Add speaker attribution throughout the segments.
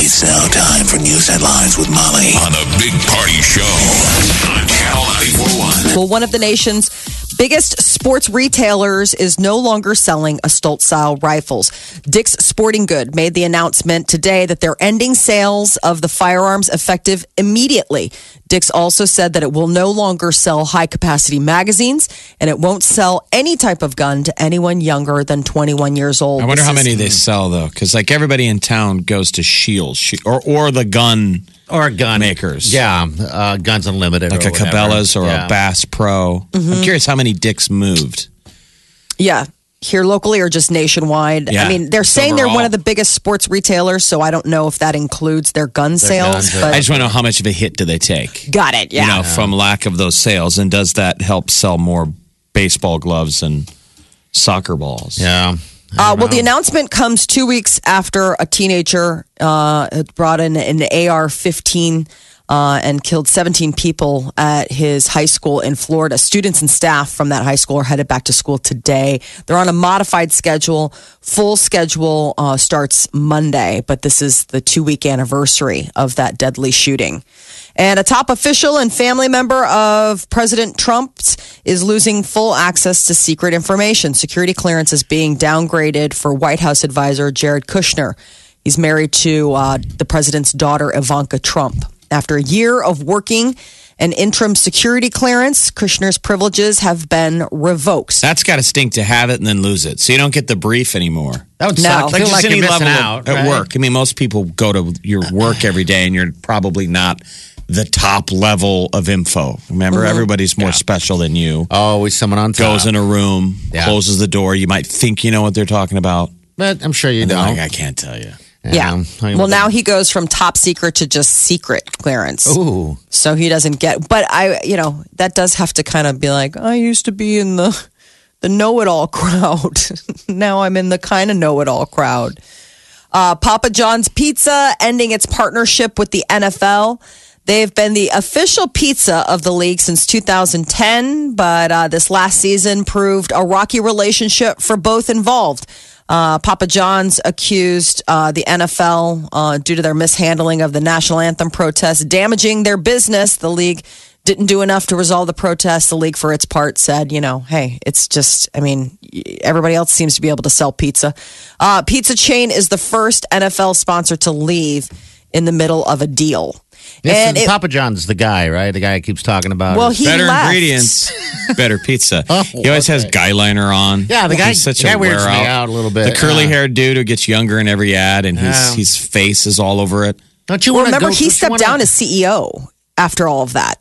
Speaker 1: It's now time for news headlines with Molly on a big party show on Channel 941.
Speaker 2: Well, one of the nation's biggest sports retailers is no longer selling assault style rifles. Dick's Sporting Good made the announcement today that they're ending sales of the firearms effective immediately. Dick's also said that it will no longer sell high capacity magazines and it won't sell any type of gun to anyone younger than 21 years old.
Speaker 3: I wonder
Speaker 2: This
Speaker 3: how
Speaker 2: is-
Speaker 3: many they sell though, because like everybody in town goes to Shields Shi- or or the gun
Speaker 4: or gun
Speaker 3: makers,
Speaker 4: Yeah, uh, Guns Unlimited,
Speaker 3: like
Speaker 4: or
Speaker 3: a
Speaker 4: whatever.
Speaker 3: Cabela's or
Speaker 4: Yeah. Mm-hmm.
Speaker 3: a Bass Pro. I'm curious how many dicks moved.
Speaker 2: Yeah. Here locally or just nationwide. I
Speaker 3: Yeah,
Speaker 2: mean, they're
Speaker 3: just
Speaker 2: saying they're one
Speaker 3: overall.
Speaker 2: of the biggest sports retailers, so I don't know if that includes their gun sales,
Speaker 4: guns are-
Speaker 2: but
Speaker 3: uh, I just want to know how much of a hit do they take?
Speaker 2: got it. Yeah.
Speaker 3: You know, from lack of those sales, and does that help sell more baseball gloves and soccer balls?
Speaker 4: Yeah.
Speaker 2: Uh, well, the announcement comes two weeks after a teenager uh, had brought in an AR 15 uh, and killed 17 people at his high school in Florida. Students and staff from that high school are headed back to school today. They're on a modified schedule. Full schedule uh, starts Monday, but this is the two week anniversary of that deadly shooting. And a top official and family member of President Trump is losing full access to secret information. Security clearance is being downgraded for White House advisor Jared Kushner. He's married to uh, the president's daughter, Ivanka Trump. After a year of working an interim security clearance, Kushner's privileges have been revoked.
Speaker 3: That's got to stink to have it and then lose it. So you don't get the brief anymore.
Speaker 4: That would
Speaker 2: No.
Speaker 4: suck.
Speaker 2: Like
Speaker 4: Feel like you're missing
Speaker 3: of-
Speaker 4: out
Speaker 3: at
Speaker 4: right?
Speaker 3: work. I mean, most people go to your work every day, and you're probably not the top level of info. Remember,
Speaker 4: Mm-hmm.
Speaker 3: everybody's more special than you.
Speaker 4: Always someone on top.
Speaker 3: Goes in a room,
Speaker 4: Uh, Yeah.
Speaker 3: closes the door. You might think you know what they're talking about.
Speaker 4: but I'm sure you
Speaker 3: No,
Speaker 4: don't.
Speaker 3: like, I can't tell you.
Speaker 2: yeah.
Speaker 4: I mean,
Speaker 2: Well, now he goes from top secret to just secret clearance.
Speaker 4: Ooh.
Speaker 2: so he doesn't get but i you know that does have to kind of be like i used to be in the the know-it-all crowd now i'm in the kind of know-it-all crowd uh, papa john's pizza ending its partnership with the nfl they've been the official pizza of the league since 2010 but uh, this last season proved a rocky relationship for both involved uh, Papa John's accused uh, the NFL uh, due to their mishandling of the national anthem protest, damaging their business. The league didn't do enough to resolve the protest. The league, for its part, said, you know, hey, it's just, I mean, everybody else seems to be able to sell pizza. Uh, pizza chain is the first NFL sponsor to leave in the middle of a deal.
Speaker 4: This
Speaker 2: and
Speaker 4: is
Speaker 2: it-
Speaker 4: Papa John's the guy, right? The guy I keeps talking about.
Speaker 2: well,
Speaker 4: is-
Speaker 2: he
Speaker 3: better
Speaker 2: left.
Speaker 3: ingredients, better pizza.
Speaker 4: Oh,
Speaker 3: he always has guy liner on.
Speaker 4: Yeah, the guy-
Speaker 3: He's such
Speaker 4: the guy
Speaker 3: a wear
Speaker 4: weirds me out a little bit.
Speaker 3: The curly
Speaker 4: Yeah.
Speaker 3: haired dude who gets younger in every ad, and his
Speaker 4: Yeah.
Speaker 3: his face is all over it.
Speaker 4: don't you
Speaker 2: Well,
Speaker 4: wanna
Speaker 2: remember
Speaker 4: go-
Speaker 2: he
Speaker 4: don't you
Speaker 2: stepped
Speaker 4: wanna-
Speaker 2: down as CEO after all of that.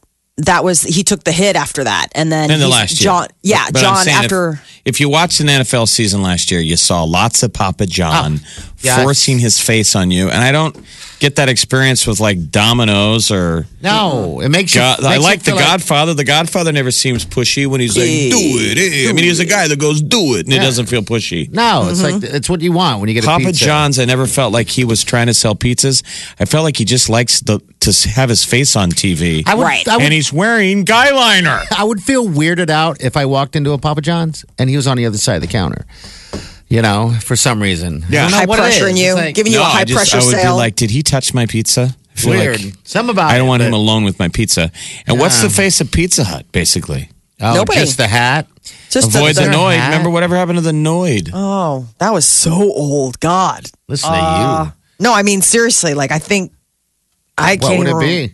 Speaker 2: That was he took the hit after that, and then
Speaker 3: in the
Speaker 2: he's-
Speaker 3: last year.
Speaker 2: John, yeah,
Speaker 3: But I'm
Speaker 2: John
Speaker 3: saying if-
Speaker 2: after
Speaker 3: If, you watched an NFL season last year, you saw lots of Papa John
Speaker 4: yeah.
Speaker 3: forcing his face on you, and I don't get that experience with like Domino's or.
Speaker 4: No, it makes you.
Speaker 3: God, I
Speaker 4: makes you
Speaker 3: like The
Speaker 4: feel
Speaker 3: Godfather. The Godfather never seems pushy when he's like, "Do it." eh." I mean, he's a guy that goes, "Do it," and it doesn't feel pushy.
Speaker 4: No, it's
Speaker 2: Mm-hmm.
Speaker 4: like it's what you want when you get a
Speaker 3: Papa
Speaker 4: pizza.
Speaker 3: John's, I never felt like he was trying to sell pizzas. I felt like he just likes the to have his face on TV,
Speaker 4: I would,
Speaker 2: Right.
Speaker 4: I would,
Speaker 3: and he's wearing guy liner.
Speaker 4: I would feel weirded out if I walked into a Papa John's and he was on the other side of the counter. You know, for some reason.
Speaker 3: Yeah.
Speaker 4: I don't know
Speaker 2: high
Speaker 4: what it is.
Speaker 2: pressuring you,
Speaker 4: It's like-
Speaker 2: giving you a
Speaker 3: I
Speaker 2: high
Speaker 3: just-
Speaker 2: pressure
Speaker 3: I would
Speaker 2: sale.
Speaker 3: be like, "Did he touch my pizza?" I feel
Speaker 4: weird.
Speaker 3: like-
Speaker 4: Some about
Speaker 3: I don't want
Speaker 4: it,
Speaker 3: him
Speaker 4: but-
Speaker 3: alone with my pizza. And what's the face of Pizza Hut, basically?
Speaker 4: Oh,
Speaker 2: Nobody.
Speaker 4: just the hat.
Speaker 2: just
Speaker 3: Avoid the
Speaker 4: their
Speaker 3: Noid.
Speaker 4: hat?
Speaker 3: Remember whatever happened to the Noid?
Speaker 2: Oh, that was so old. God, Uh,
Speaker 4: Listen to
Speaker 2: no, I mean seriously. Like I think I
Speaker 4: you. What
Speaker 2: can't.
Speaker 4: would it
Speaker 2: even-
Speaker 4: be?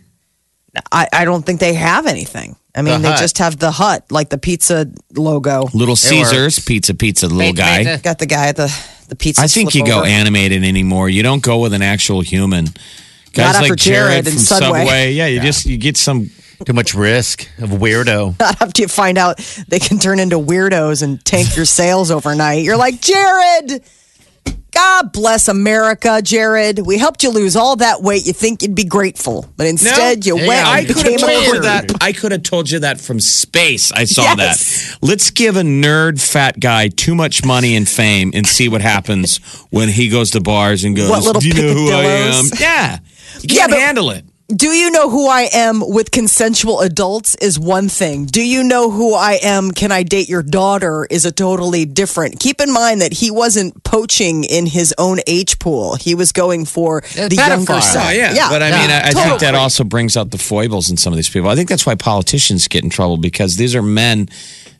Speaker 2: I I don't think they have anything. I mean,
Speaker 4: The
Speaker 2: they
Speaker 4: hut.
Speaker 2: just have the hut, like the pizza logo.
Speaker 3: Little
Speaker 4: works.
Speaker 3: Caesars, pizza, pizza, little
Speaker 4: Pizza,
Speaker 3: guy.
Speaker 4: pizza.
Speaker 2: Got the guy at the the pizza.
Speaker 3: I think you
Speaker 2: flip
Speaker 3: go
Speaker 2: over.
Speaker 3: animated anymore. You don't go with an actual human. Guys
Speaker 2: after
Speaker 3: like Jared,
Speaker 2: Jared and
Speaker 3: from
Speaker 2: Subway.
Speaker 3: Subway. Yeah, you just you get some.
Speaker 4: Too much risk of weirdo.
Speaker 2: Not after you find out they can turn into weirdos and tank your sales overnight. You're like Jared. God bless America, Jared. We helped you lose all that weight. You think you'd be grateful, but instead you
Speaker 4: Yeah,
Speaker 2: went and
Speaker 4: I
Speaker 3: I could have
Speaker 2: became a
Speaker 3: told you
Speaker 2: nerd.
Speaker 3: that. I could have told you that from space. I saw
Speaker 2: Yes.
Speaker 3: that. Let's give a nerd fat guy too much money and fame and see what happens when he goes to bars and goes,
Speaker 2: What little
Speaker 3: Do you know who I am?
Speaker 2: picadillos?
Speaker 3: Yeah. You
Speaker 2: Yeah,
Speaker 3: can't
Speaker 2: but-
Speaker 3: handle it.
Speaker 2: Do you know who I am with consensual adults is one thing. Do you know who I am? Can I date your daughter is a totally different. Keep in mind that he wasn't poaching in his own age pool. He was going for the younger
Speaker 4: pedophile.
Speaker 2: side.
Speaker 3: Oh, yeah. But I mean, I, I think that also brings out the foibles in some of these people. I think that's why politicians get in trouble because these are men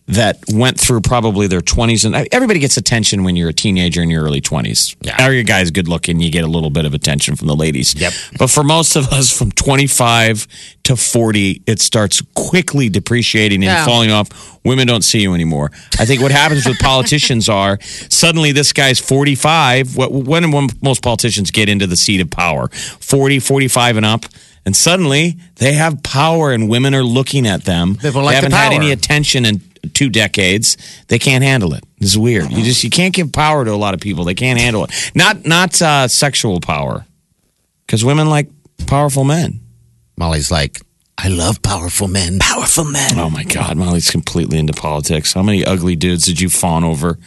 Speaker 3: that went through probably their 20s. And everybody gets attention when you're a teenager in your early 20s. Yeah. Now, your guy's good looking, you get a little bit of attention from the ladies. Yep. But for most of us, from 25 to 40, it starts quickly depreciating and
Speaker 4: Yeah.
Speaker 3: falling off. Women don't see you anymore. I think what happens with politicians are suddenly this guy's 45. What, when, when most politicians get into the seat of power, 40, 45 and up. And suddenly they have power and women are looking at them.
Speaker 4: They've liked
Speaker 3: haven't
Speaker 4: the
Speaker 3: had
Speaker 4: power.
Speaker 3: any attention in two decades. They can't handle it. It's weird. You just, you can't give power to a lot of people. They can't handle it. Not, not uh, sexual power because women like powerful men.
Speaker 4: Molly's like, I love powerful men.
Speaker 2: Powerful men.
Speaker 3: Oh my God, Molly's completely into politics. How many ugly dudes did you fawn over?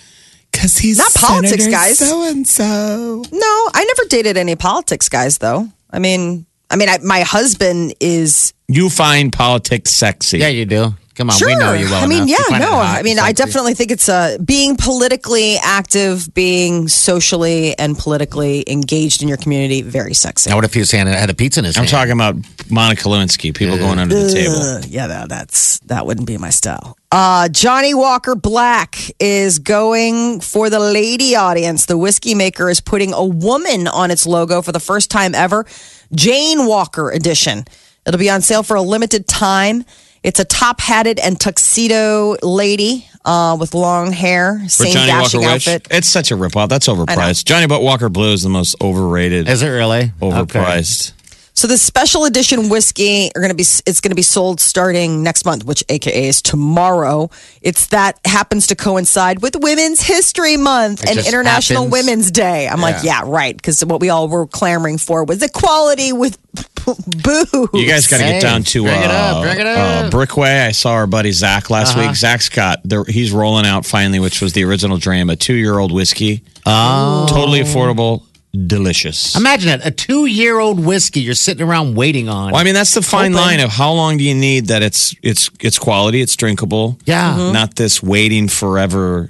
Speaker 3: Because he's
Speaker 2: Not politics, Senator guys.
Speaker 3: and so.
Speaker 2: No, I never dated any politics guys though. I mean, I mean, I, my husband is
Speaker 3: You find politics sexy.
Speaker 4: Yeah, you do. Come on,
Speaker 2: sure.
Speaker 4: Oh, we know you well
Speaker 2: I mean,
Speaker 4: enough. You
Speaker 2: yeah,
Speaker 4: find it
Speaker 2: no.
Speaker 4: hot,
Speaker 2: I mean, I
Speaker 4: sexy.
Speaker 2: definitely think it's a being politically active, being socially and politically engaged in your community, very sexy.
Speaker 4: Now, what if he was saying it had a pizza in his
Speaker 3: I'm
Speaker 4: hand?
Speaker 3: talking about Monica Lewinsky, people going under the table.
Speaker 2: Ugh, yeah, no, that's that wouldn't be my style. Uh, Johnny Walker Black is going for the lady audience. The whiskey maker is putting a woman on its logo for the first time ever. Jane Walker edition. It'll be on sale for a limited time. It's a top hatted and tuxedo lady uh, with long hair,
Speaker 3: For
Speaker 2: same
Speaker 3: Johnny Walker
Speaker 2: dashing
Speaker 3: Wish.
Speaker 2: outfit.
Speaker 3: It's such a ripoff. That's overpriced. Johnny Butt Walker Blue is the most overrated,
Speaker 4: Is it really?
Speaker 3: overpriced.
Speaker 2: So the special edition whiskey are going to be it's going to be sold starting next month, which AKA is tomorrow. It's that happens to coincide with Women's History Month
Speaker 4: It
Speaker 2: and
Speaker 4: just
Speaker 2: International
Speaker 4: happens.
Speaker 2: Women's Day. I'm like, yeah, right, because what we all were clamoring for was equality with booze.
Speaker 3: You guys got to
Speaker 4: Hey,
Speaker 3: get down to
Speaker 4: bring
Speaker 3: uh,
Speaker 4: it up, bring it
Speaker 3: uh,
Speaker 4: up. Uh-huh.
Speaker 3: Brickway. I saw our buddy Zach last week. Zach's got there, he's rolling out finally, which was the original dream, a two year old whiskey. Oh, totally affordable, delicious.
Speaker 4: Imagine that a two year old whiskey you're sitting around waiting on.
Speaker 3: Well, I mean, that's the fine line of how long do you need that it's it's it's quality, it's drinkable.
Speaker 4: Yeah.
Speaker 2: Mm-hmm.
Speaker 4: Mhm.
Speaker 3: Not this waiting forever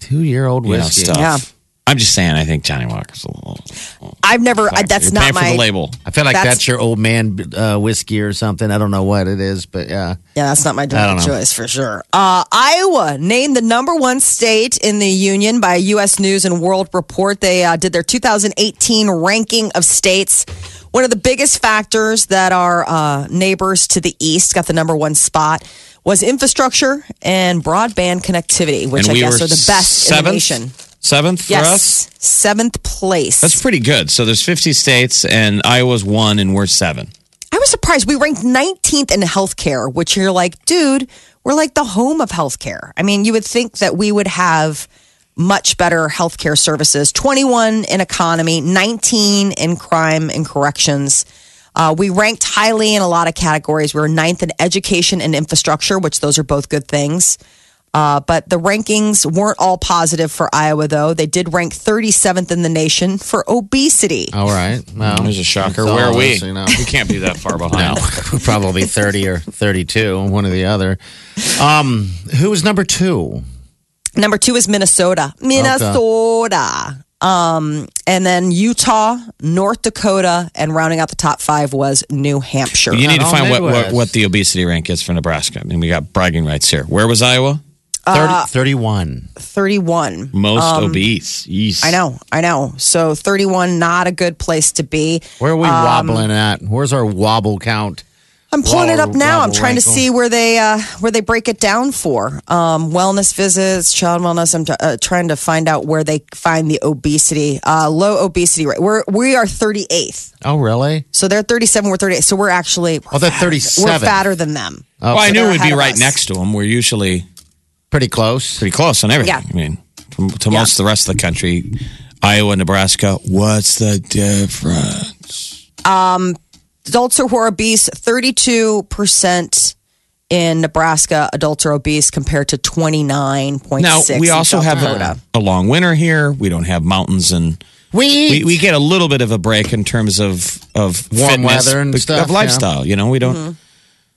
Speaker 4: two year old
Speaker 3: you know,
Speaker 4: whiskey.
Speaker 3: stuff.
Speaker 2: Yeah.
Speaker 3: I'm just saying I think Johnny Walker's a little
Speaker 2: I've never. I, that's
Speaker 3: You're
Speaker 2: not
Speaker 3: paying
Speaker 2: my
Speaker 3: for the label.
Speaker 4: I feel like
Speaker 2: That's-
Speaker 4: that's, your old man uh, whiskey or something. I don't know what it is, but yeah.
Speaker 2: Yeah, that's not my
Speaker 4: I
Speaker 2: drink
Speaker 4: don't
Speaker 2: of
Speaker 4: know.
Speaker 2: choice for sure. Uh, Iowa named the number one state in the union by U.S. News and World Report. They uh, did their 2018 ranking of states. One of the biggest factors that our uh, neighbors to the east got the number one spot was infrastructure and broadband connectivity, which
Speaker 3: and
Speaker 2: I
Speaker 3: we
Speaker 2: guess
Speaker 3: were
Speaker 2: are the best in
Speaker 3: seventh,
Speaker 2: the nation.
Speaker 3: Seventh for us?
Speaker 2: Yes, seventh place.
Speaker 3: That's pretty good. So there's 50 states and Iowa's one and we're seven.
Speaker 2: I was surprised. We ranked 19th in healthcare, which you're like, dude, we're like the home of healthcare. I mean, you would think that we would have much better healthcare services 21 in economy, 19 in crime and corrections. Uh, we ranked highly in a lot of categories. We were ninth in education and infrastructure, which those are both good things. Uh, but the rankings weren't all positive for Iowa, though. They did rank 37th in the nation for obesity.
Speaker 4: All right. Well,
Speaker 3: There's a shocker.
Speaker 4: it's all
Speaker 3: Where are we?
Speaker 4: us, you know.
Speaker 3: We can't be that far behind.
Speaker 4: No, probably 30 or 32, one or the other. Um, who was number two?
Speaker 2: Number two is Minnesota. Minnesota. Um, and then Utah, North Dakota, and rounding out the top five was New Hampshire.
Speaker 3: You need to
Speaker 4: all
Speaker 3: find what, what
Speaker 4: Midwest.
Speaker 3: what the obesity rank is for Nebraska. I mean, we got bragging rights here. Where was Iowa?
Speaker 4: 30,
Speaker 2: Uh,
Speaker 4: 31.
Speaker 2: 31.
Speaker 3: Most obese. Yeast.
Speaker 2: Um, I know, I know. So 31, not a good place to be.
Speaker 4: Where are we
Speaker 2: um,
Speaker 4: wobbling at? Where's our wobble count?
Speaker 2: I'm pulling it up
Speaker 4: Wobble,
Speaker 2: now. I'm
Speaker 4: wobble,
Speaker 2: trying to
Speaker 4: wrinkle.
Speaker 2: see where they uh, where they break it down for um, wellness visits, child wellness. I'm uh, trying to find out where they find the obesity, uh, low obesity rate. We're we are 38th.
Speaker 4: Oh, really?
Speaker 2: So they're 37, we're 38. So we're actually.
Speaker 4: Oh, they're
Speaker 2: We're
Speaker 4: 37.
Speaker 2: fatter than them.
Speaker 3: Well, I knew
Speaker 2: they're
Speaker 3: we'd
Speaker 2: ahead
Speaker 3: be
Speaker 2: of
Speaker 3: right
Speaker 2: us.
Speaker 3: next to them. We're usually
Speaker 4: Pretty close.
Speaker 3: pretty close on everything.
Speaker 2: Yeah.
Speaker 3: I mean, to, to most of the rest of the country, Iowa, Nebraska. What's the difference?
Speaker 2: adults who are obese, 32% in Nebraska, adults are obese compared to 29.6
Speaker 3: Now we
Speaker 2: in
Speaker 3: also
Speaker 2: South
Speaker 3: have
Speaker 2: Dakota.
Speaker 3: a, a long winter here. We don't have mountains and
Speaker 4: We,
Speaker 3: we, we get a little bit of a break in terms of of
Speaker 4: Warm
Speaker 3: fitness,
Speaker 4: weather and
Speaker 3: bec-
Speaker 4: stuff,
Speaker 3: of lifestyle. You know, we don't.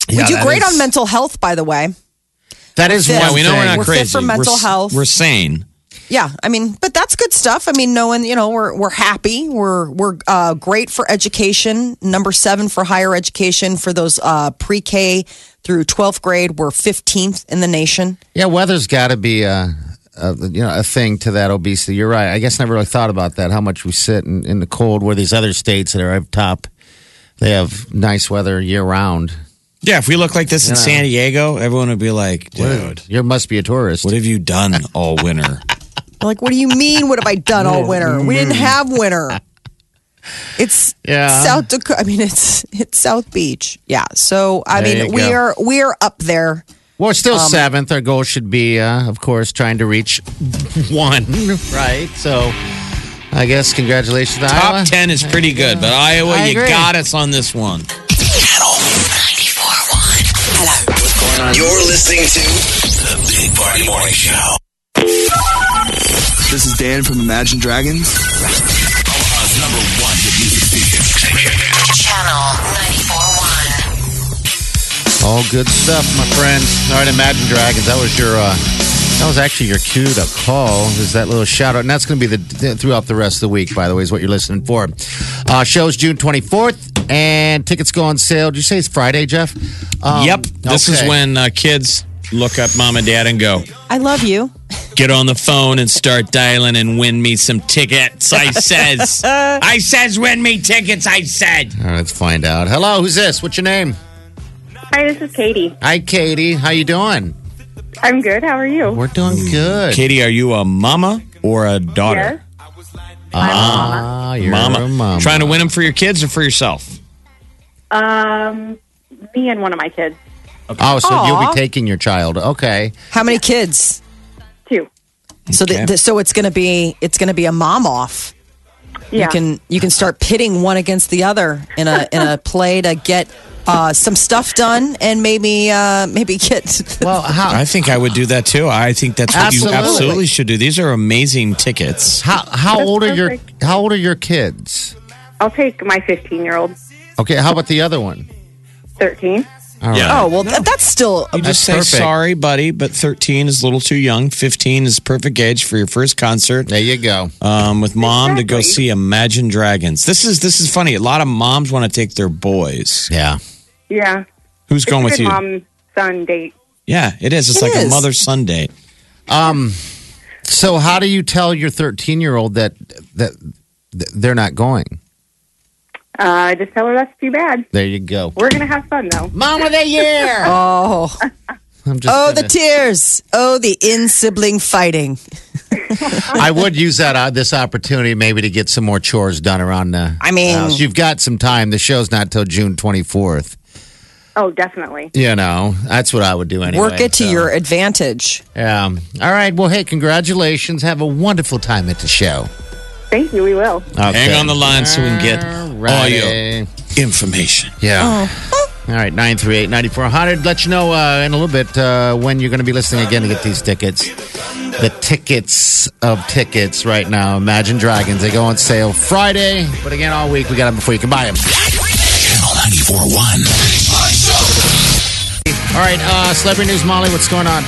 Speaker 2: we
Speaker 4: Yeah,
Speaker 2: do
Speaker 4: that
Speaker 2: great
Speaker 4: is-
Speaker 2: on mental health, by the way.
Speaker 4: That is
Speaker 2: Yeah,
Speaker 4: one
Speaker 3: Yeah, we know we're not
Speaker 4: thing.
Speaker 2: We're
Speaker 3: crazy.
Speaker 2: fit for mental
Speaker 3: s-
Speaker 2: health.
Speaker 3: We're sane.
Speaker 2: Yeah, I mean, but that's good stuff. I mean, knowing you know we're we're happy. We're we're uh, great for education. Number seven for higher education for those uh, pre K through twelfth grade. We're fifteenth in the nation.
Speaker 4: Yeah, weather's got to be a, a you know a thing to that obesity. You're right. I guess I never really thought about that. How much we sit in, in the cold. Where these other states that are up top, they have nice weather year round.
Speaker 3: Yeah, if we look like this in San Diego, everyone would be like, "Dude,
Speaker 4: You must be a tourist.
Speaker 3: what have you done all winter?"
Speaker 2: They're like, what do you mean? What have I done all winter? We didn't have winter. It's
Speaker 4: Mm-hmm. Yeah.
Speaker 2: South Dakota. I mean, it's it's South Beach. Yeah. So I
Speaker 4: There
Speaker 2: mean,
Speaker 4: you
Speaker 2: we
Speaker 4: go.
Speaker 2: are we are up there.
Speaker 4: Well, we're still seventh. Our goal should be, uh, of course, trying to reach one. Right. So, I guess congratulations, to Iowa.
Speaker 3: Top ten is pretty good, but Iowa,
Speaker 4: I
Speaker 3: you
Speaker 4: agree.
Speaker 3: got us on this one.
Speaker 1: Channel 941. You're listening to the Big Party Morning Show.
Speaker 5: This is Dan from Imagine Dragons.
Speaker 1: Omaha's number one hit music station.
Speaker 6: Channel 941.
Speaker 4: All good stuff, my friends. All right, Imagine Dragons. That was your. Uh, that was actually your cue to call. Is that little shout out? And that's going to be the th- throughout the rest of the week. By the way, is what you're listening for. Uh, show's June 24th, and tickets go on sale. Did you say it's Friday, Jeff? Um,
Speaker 3: yep, this
Speaker 4: okay.
Speaker 3: is when uh, kids look up mom and dad and go,
Speaker 2: I love you.
Speaker 3: "Get on the phone and start dialing and win me some tickets." I says, "I says, win me tickets." I said.
Speaker 4: All right, let's find out. Hello, who's this? What's your name?
Speaker 7: Hi, this is Katie.
Speaker 4: Hi, Katie. How you doing? Hmm.
Speaker 7: I'm good. How are you?
Speaker 4: We're doing good.
Speaker 3: Katie, are you a mama or a daughter?
Speaker 4: Ah, you're
Speaker 3: Mama.
Speaker 4: a mama.
Speaker 3: Trying to win them for your kids or for yourself?
Speaker 7: Um, me and one of my kids.
Speaker 4: Oh, so you'll
Speaker 2: Aw.
Speaker 4: be taking your child. Okay.
Speaker 2: How many kids?
Speaker 7: Two.
Speaker 2: So the,
Speaker 3: Okay.
Speaker 2: the, so it's gonna be it's gonna be a mom off.
Speaker 7: Yeah.
Speaker 2: You can you can start pitting one against the other in a in a play to get uh, some stuff done and maybe uh, maybe get
Speaker 4: Well, how
Speaker 3: I think I would do that too. I think that's what you
Speaker 4: Absolutely.
Speaker 3: absolutely should do. These are amazing tickets.
Speaker 4: how how
Speaker 7: That's
Speaker 4: old are your
Speaker 7: perfect.
Speaker 4: how old are your kids?
Speaker 7: I'll take my 15 year old,
Speaker 4: Okay, how about the other one?
Speaker 7: 13.
Speaker 4: All right.
Speaker 2: oh well th- that's still
Speaker 3: You just say
Speaker 4: That's perfect.
Speaker 3: sorry, buddy, but 13 is a little too young. 15 is perfect age for your first concert
Speaker 4: There you go.
Speaker 3: um, with mom to go
Speaker 7: Exactly.
Speaker 3: see Imagine Dragons. This is this is funny. A lot of moms want to take their boys.
Speaker 4: Yeah.
Speaker 7: Yeah.
Speaker 3: Who's going with you?
Speaker 7: Mom son date.
Speaker 3: Yeah, it is. It's
Speaker 2: It
Speaker 3: like a
Speaker 2: is.
Speaker 3: mother son date.
Speaker 4: Um, So how do you tell your 13-year-old that that th- they're not going?
Speaker 7: Uh, just tell her that's too bad.
Speaker 4: There you go.
Speaker 7: We're gonna have fun though.
Speaker 4: Mom of the year.
Speaker 2: oh
Speaker 4: I'm just
Speaker 2: oh
Speaker 4: gonna-
Speaker 2: the tears oh the in sibling fighting
Speaker 4: I would use that uh, this opportunity maybe to get some more chores done around the
Speaker 2: I mean-
Speaker 4: house. You've got some time. The show's not till June 24th.
Speaker 7: Oh, definitely.
Speaker 4: You know, that's what I would do anyway.
Speaker 2: work it to
Speaker 4: so.
Speaker 2: your advantage.
Speaker 4: Yeah. Um, All right. Well, hey, congratulations. Have a wonderful time at the show.
Speaker 7: Thank you. We will.
Speaker 4: Okay.
Speaker 3: Hang on the line so we can get all your
Speaker 4: Alrighty.
Speaker 3: information.
Speaker 4: Yeah. All right, 938 9400. Let you know uh, in a little bit uh, when you're going to be listening again to get these tickets. The tickets of tickets right now. Imagine Dragons. They go on sale Friday, but again, all week. We got them before you can buy them.
Speaker 1: Channel 941.
Speaker 4: All right, uh, Celebrity News Molly, what's going on?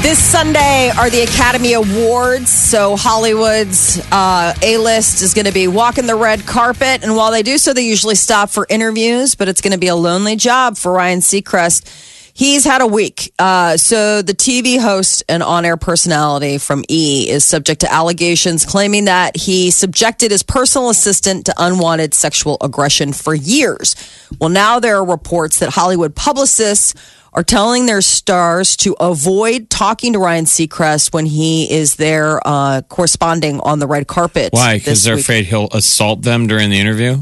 Speaker 2: This Sunday are the Academy Awards. So Hollywood's uh, A-list is going to be walking the red carpet, and while they do so, they usually stop for interviews. But it's going to be a lonely job for Ryan Seacrest. He's had a week. Uh, so the TV host and on-air personality from E is subject to allegations claiming that he subjected his personal assistant to unwanted sexual aggression for years. Well, now there are reports that Hollywood publicists are telling their stars to avoid talking to Ryan Seacrest when he is there uh, corresponding on the red carpet.
Speaker 3: Why? Because
Speaker 2: this
Speaker 3: they're
Speaker 2: week.
Speaker 3: afraid he'll assault them during the interview?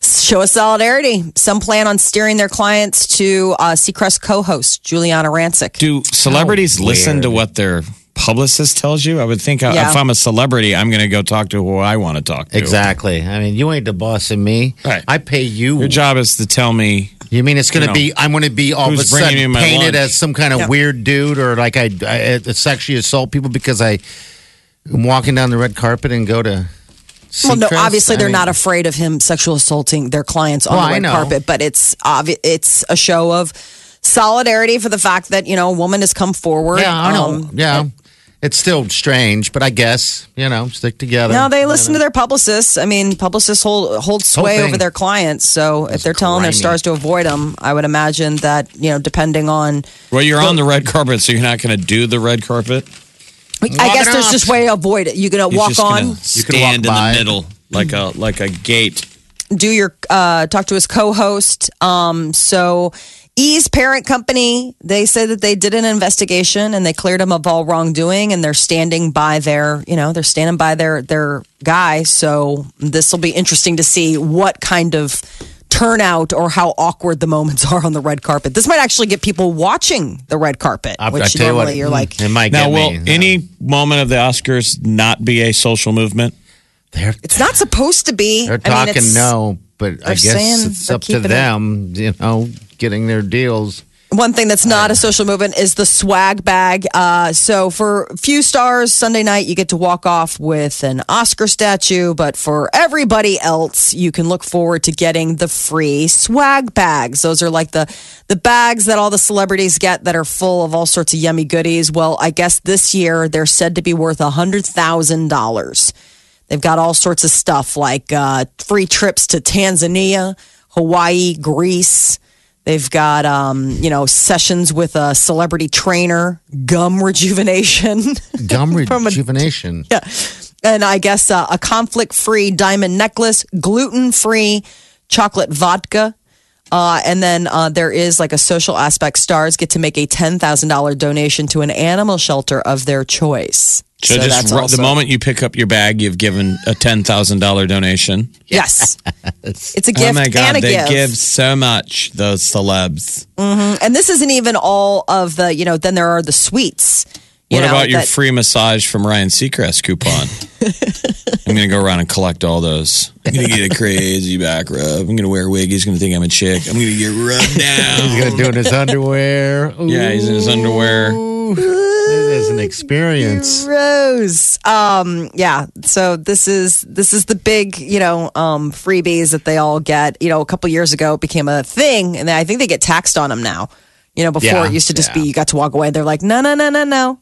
Speaker 2: Show of solidarity. Some plan on steering their clients to uh, Seacrest co host Juliana Rancic.
Speaker 3: Do celebrities listen to what their publicist tells you. I would think I-
Speaker 2: Yeah.
Speaker 3: if I'm a celebrity, I'm going to go talk to who I want to talk to.
Speaker 4: Exactly. I mean, you ain't the boss of me.
Speaker 3: Right.
Speaker 4: I pay you.
Speaker 3: Your job is to tell me.
Speaker 4: You mean it's going
Speaker 3: you
Speaker 4: to
Speaker 3: know,
Speaker 4: be? I'm going to be all of a
Speaker 3: who's bringing me
Speaker 4: sudden
Speaker 3: my
Speaker 4: painted
Speaker 3: lunch?
Speaker 4: as some kind of
Speaker 2: Yeah.
Speaker 4: weird dude, or like I, I, I sexually assault people because I am walking down the red carpet and go to.
Speaker 2: Well, no,
Speaker 4: Seacrest?
Speaker 2: obviously
Speaker 4: I
Speaker 2: they're
Speaker 4: mean,
Speaker 2: not afraid of him sexual assaulting their clients on
Speaker 4: Well,
Speaker 2: the
Speaker 4: I
Speaker 2: red
Speaker 4: know.
Speaker 2: carpet, but it's obvi- it's a show of solidarity for the fact that you know a woman has come forward.
Speaker 4: Yeah, I know.
Speaker 2: Um,
Speaker 4: yeah, it's still strange, but I guess you know, stick together.
Speaker 2: No, they listen to their publicists. I mean, publicists hold hold
Speaker 4: Whole
Speaker 2: sway
Speaker 4: thing.
Speaker 2: over their clients. So if they're telling their
Speaker 4: grimy.
Speaker 2: stars to avoid them, I would imagine that you know, depending on,
Speaker 3: Well, you're on the red carpet, so you're not going to do the red carpet.
Speaker 2: I
Speaker 4: Walk
Speaker 2: guess
Speaker 4: it
Speaker 2: there's
Speaker 4: off.
Speaker 2: just way to avoid it. You're gonna
Speaker 3: You're
Speaker 2: walk
Speaker 3: just gonna
Speaker 2: on,
Speaker 4: You can walk
Speaker 3: stand in
Speaker 4: by.
Speaker 3: the middle like a like a gate.
Speaker 2: do your uh, talk to his co-host. Um, so E's parent company, they said that they did an investigation and they cleared him of all wrongdoing, and they're standing by their, you know, they're standing by their their guy. So this will be interesting to see what kind of turnout or how awkward the moments are on the red carpet. This might actually get people watching the red carpet,
Speaker 4: I,
Speaker 2: which
Speaker 4: I tell you
Speaker 2: normally
Speaker 4: what, mm.
Speaker 2: you're like,
Speaker 4: it might
Speaker 3: Now,
Speaker 4: get
Speaker 3: will
Speaker 4: me.
Speaker 3: any moment of the Oscars not be a social movement?
Speaker 4: they're
Speaker 2: it's not supposed to be.
Speaker 4: they're
Speaker 2: I mean,
Speaker 4: talking
Speaker 2: it's-
Speaker 4: no, but I
Speaker 2: they're saying
Speaker 4: guess it's
Speaker 2: they're
Speaker 4: up to
Speaker 2: keeping it-
Speaker 4: them. You know, getting their deals.
Speaker 2: One thing that's not a social movement is the swag bag. Uh, so for few stars, Sunday night you get to walk off with an Oscar statue, but for everybody else, you can look forward to getting the free swag bags. Those are like the the bags that all the celebrities get that are full of all sorts of yummy goodies. Well, I guess this year they're said to be worth a hundred thousand dollars. They've got all sorts of stuff like uh, free trips to Tanzania, Hawaii, Greece. They've got um, you know sessions with a celebrity trainer, gum rejuvenation,
Speaker 4: Dumb
Speaker 2: From a-
Speaker 4: rejuvenation.
Speaker 2: yeah, and I guess uh, a conflict-free diamond necklace, gluten-free chocolate vodka. Uh, and then uh, there is like a social aspect. Stars get to make a ten thousand dollar donation to an animal shelter of their choice.
Speaker 3: So, just ru-
Speaker 2: also-
Speaker 3: the moment you pick up your bag, you've given a ten thousand dollar donation.
Speaker 2: Yes, it's a gift
Speaker 3: oh my god,
Speaker 2: and a
Speaker 3: they
Speaker 2: gift.
Speaker 3: give so much those celebs.
Speaker 2: And this isn't even all of the, you know, then there are the sweets. you
Speaker 3: What
Speaker 2: know,
Speaker 3: about your
Speaker 2: that-
Speaker 3: free massage from Ryan Seacrest coupon? I'm gonna go around and collect all those. I'm gonna get a crazy back rub. I'm gonna wear a wig. He's gonna think I'm a chick. I'm gonna get rubbed down.
Speaker 4: He's gonna do it in his underwear.
Speaker 3: yeah, he's in his underwear.
Speaker 4: Ooh. It is an experience.
Speaker 2: Rose. Um, yeah. So this is this is the big, you know, um, freebies that they all get. You know, a couple years ago it became a thing, and I think they get taxed on them now. You know, before
Speaker 4: Yeah,
Speaker 2: it used to just be
Speaker 4: yeah.
Speaker 2: you got to walk away. They're like, no, no, no, no, no.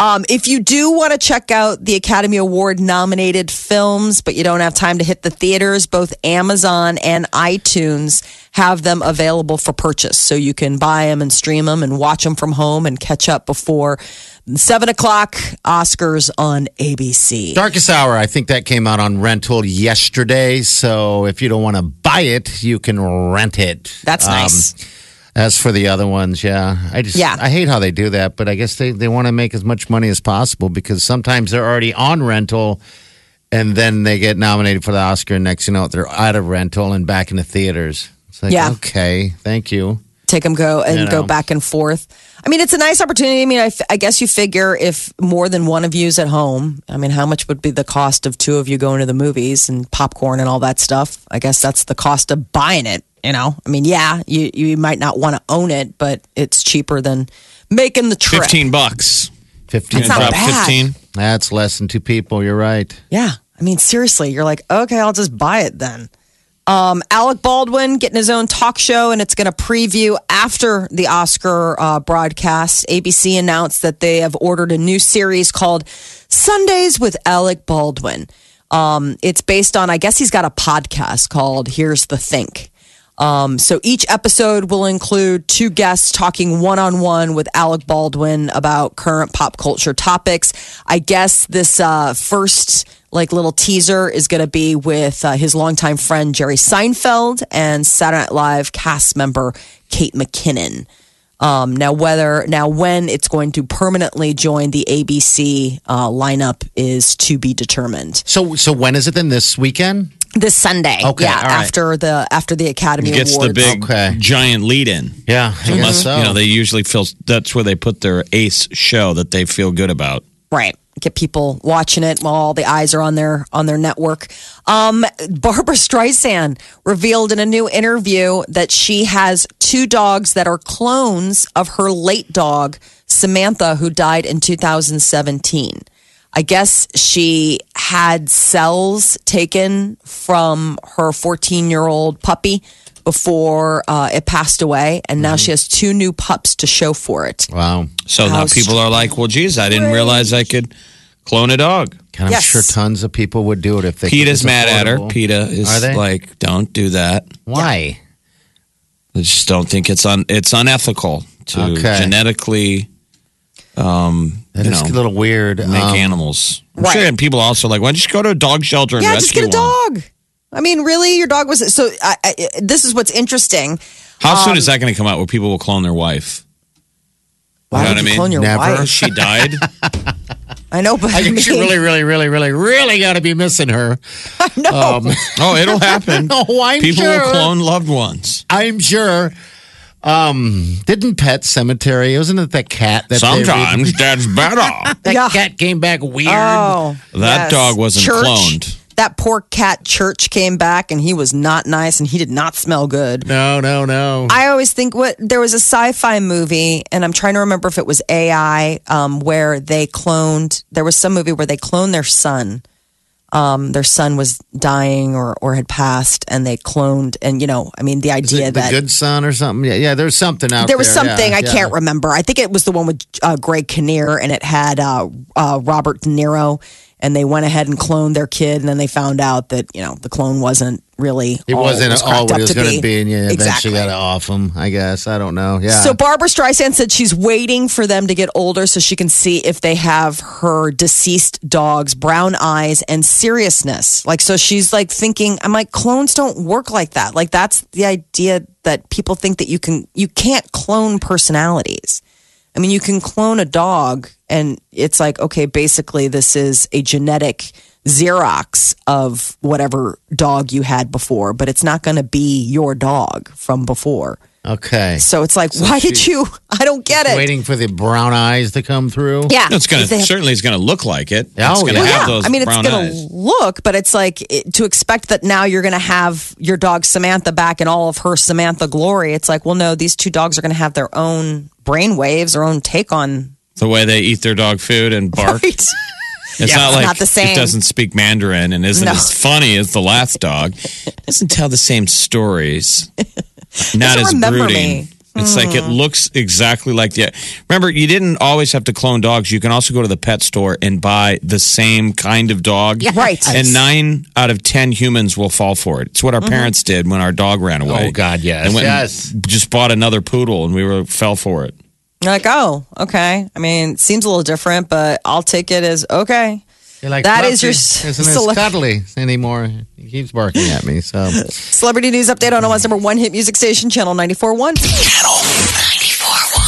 Speaker 2: Um, if you do want to check out the Academy Award nominated films, but you don't have time to hit the theaters, both Amazon and iTunes have them available for purchase. So you can buy them and stream them and watch them from home and catch up before 7 o'clock Oscars on ABC.
Speaker 4: Darkest Hour, I think that came out on rental yesterday. So if you don't want to buy it, you can rent it.
Speaker 2: That's
Speaker 4: Um,
Speaker 2: nice.
Speaker 4: As for the other ones, yeah. I just
Speaker 2: Yeah.
Speaker 4: I hate how they do that, but I guess they, they want to make as much money as possible because sometimes they're already on rental and then they get nominated for the Oscar and next you know it, they're out of rental and back in the theaters. It's like
Speaker 2: Yeah.
Speaker 4: okay, thank you.
Speaker 2: take them go and
Speaker 4: You
Speaker 2: go
Speaker 4: know.
Speaker 2: back and forth i mean it's a nice opportunity i mean I, f- I guess you figure if more than one of you's at home i mean how much would be the cost of two of you going to the movies and popcorn and all that stuff i guess that's the cost of buying it you know i mean yeah you, you might not want to own it but it's cheaper than making the trip
Speaker 3: Fifteen bucks.
Speaker 4: Fifteen
Speaker 3: You
Speaker 2: That's
Speaker 3: gonna
Speaker 2: not
Speaker 3: drop
Speaker 4: bucks.
Speaker 2: bad.
Speaker 3: fifteen.
Speaker 4: That's less than two people, you're right.
Speaker 2: Yeah. I mean, seriously, you're like, okay, I'll just buy it then. Um, Alec Baldwin getting his own talk show, and it's going to preview after the Oscar uh, broadcast. ABC announced that they have ordered a new series called Sundays with Alec Baldwin. Um, it's based on, I guess he's got a podcast called Here's the Think. Um, so each episode will include two guests talking one on one with Alec Baldwin about current pop culture topics. I guess this uh, first like little teaser is going to be with uh, his longtime friend Jerry Seinfeld and Saturday Night Live cast member Kate McKinnon. Um, now, whether now when it's going to permanently join the ABC uh, lineup is to be determined.
Speaker 4: So so when is it then this weekend?
Speaker 2: This Sunday,
Speaker 4: Okay,
Speaker 2: yeah,
Speaker 4: all right.
Speaker 2: after the after the Academy
Speaker 3: Gets the
Speaker 2: Awards.
Speaker 3: big
Speaker 4: Okay.
Speaker 3: giant lead in.
Speaker 4: Yeah, I guess
Speaker 3: Unless
Speaker 4: so.
Speaker 3: you know they usually feel that's where they put their ace show that they feel good about.
Speaker 2: Right. Get people watching it while all the eyes are on their on their network. Um, Barbara Streisand revealed in a new interview that she has two dogs that are clones of her late dog Samantha, who died in 2017. I guess she had cells taken from her 14 year old puppy before uh, it passed away, and now she has two new pups to show for it.
Speaker 4: Wow.
Speaker 3: So now
Speaker 2: How
Speaker 3: people are like, well, geez, I didn't realize I could clone a dog.
Speaker 4: And I'm
Speaker 2: Yes.
Speaker 4: sure tons of people would do it if they. could. It's
Speaker 3: PETA's mad at her.
Speaker 4: affordable.
Speaker 3: PETA is
Speaker 4: Are they?
Speaker 3: like, don't do that.
Speaker 4: Why?
Speaker 3: I just don't think it's un it's unethical to
Speaker 4: Okay.
Speaker 3: genetically um,
Speaker 4: That
Speaker 3: You
Speaker 4: is
Speaker 3: know,
Speaker 4: a little weird.
Speaker 3: make
Speaker 4: Um,
Speaker 3: animals. I'm
Speaker 2: Right.
Speaker 3: sure and people also like, why don't you just go to a dog shelter and
Speaker 2: yeah, just
Speaker 3: rescue
Speaker 2: get a
Speaker 3: one?
Speaker 2: dog. I mean, really, your dog was so. I, I, this is what's interesting.
Speaker 3: How soon is that going to come out where people will clone their wife?
Speaker 2: Why
Speaker 3: know what I
Speaker 2: would you
Speaker 3: mean?
Speaker 2: clone your
Speaker 4: Never.
Speaker 2: wife?
Speaker 3: She died.
Speaker 2: I know, but
Speaker 4: I
Speaker 2: I,
Speaker 4: think she
Speaker 2: mean,
Speaker 4: really, really, really, really, really got to be missing her.
Speaker 2: no.
Speaker 3: oh, it'll happen.
Speaker 4: Oh, I'm
Speaker 3: people will
Speaker 4: sure.
Speaker 3: clone loved ones.
Speaker 4: I'm sure. Um, didn't Pet Cemetery? Wasn't it that cat that they read-
Speaker 3: Sometimes that's better.
Speaker 4: that
Speaker 2: Yeah.
Speaker 4: cat came back weird?
Speaker 2: Oh,
Speaker 3: That
Speaker 2: yes.
Speaker 3: dog wasn't
Speaker 2: Church,
Speaker 3: cloned.
Speaker 2: That poor cat Church came back, and he was not nice, and he did not smell good.
Speaker 4: No, no, no.
Speaker 2: I always think what there was a sci-fi movie, and I'm trying to remember if it was AI, um, where they cloned. There was some movie where they cloned their son. Um, their son was dying or or had passed, and they cloned. And you know, I mean, the
Speaker 4: Is
Speaker 2: idea
Speaker 4: it the
Speaker 2: that
Speaker 4: good son or something. Yeah, yeah. There's something out there.
Speaker 2: there was something
Speaker 4: yeah,
Speaker 2: I
Speaker 4: yeah.
Speaker 2: can't remember. I think it was the one with uh, Greg Kinnear, and it had uh, uh, Robert De Niro. And they went ahead and cloned their kid, and then they found out that you know the clone wasn't really.
Speaker 4: It
Speaker 2: all
Speaker 4: wasn't
Speaker 2: Oh, was
Speaker 4: all
Speaker 2: cracked
Speaker 4: what
Speaker 2: up
Speaker 4: it was
Speaker 2: to
Speaker 4: going to be, and you
Speaker 2: exactly.
Speaker 4: eventually got to off him. I guess I don't know. Yeah.
Speaker 2: So Barbara Streisand said she's waiting for them to get older so she can see if they have her deceased dog's brown eyes and seriousness. Like so she's like thinking I'm like clones don't work like that. Like that's the idea that people think that you can you can't clone personalities. I mean you can clone a dog and it's like okay basically this is a genetic Xerox of whatever dog you had before, but it's not going to be your dog from before.
Speaker 4: okay.
Speaker 2: So it's like, why did you? I don't get it.
Speaker 4: Waiting for the brown eyes to come through.
Speaker 2: Yeah,
Speaker 3: It's going
Speaker 2: If they
Speaker 3: to
Speaker 2: have-
Speaker 3: certainly it's going to look like it.
Speaker 4: Yeah,
Speaker 3: it's
Speaker 4: oh,
Speaker 3: going to
Speaker 4: yeah.
Speaker 3: have
Speaker 2: Yeah,
Speaker 3: those
Speaker 2: I mean, it's
Speaker 3: brown
Speaker 2: gonna
Speaker 3: eyes.
Speaker 2: look, but it's like it, to expect that now you're going to have your dog Samantha back in all of her Samantha glory. It's like, well, no, these two dogs are going to have their own brain waves, their own take on.
Speaker 3: The way they eat their dog food and bark.
Speaker 2: It's
Speaker 3: It's not
Speaker 2: it's
Speaker 3: like
Speaker 2: not the same.
Speaker 3: it doesn't speak Mandarin and isn't
Speaker 2: No.
Speaker 3: as funny as the last dog. It doesn't tell the same stories. not
Speaker 2: Doesn't
Speaker 3: as
Speaker 2: remember
Speaker 3: brooding.
Speaker 2: me. Hmm.
Speaker 3: It's like it looks exactly like the. Remember, you didn't always have to clone dogs. You can also go to the pet store and buy the same kind of dog.
Speaker 2: Right.
Speaker 3: And nine out of ten humans will fall for it. It's what our
Speaker 2: Mm-hmm.
Speaker 3: parents did when our dog ran away.
Speaker 4: Oh, God, yes.
Speaker 3: And went and
Speaker 4: Yes.
Speaker 3: just bought another poodle, and we were fell for it.
Speaker 2: you're like, oh, okay. I mean, it seems a little different, but I'll take it as okay.
Speaker 4: You're like,
Speaker 2: That is your
Speaker 4: "Fluffy Isn't
Speaker 2: select-
Speaker 4: as cuddly anymore? He keeps barking at me. So
Speaker 2: Celebrity news update on Omaha's number one hit music station, Channel 94.1.
Speaker 6: Channel 94.1.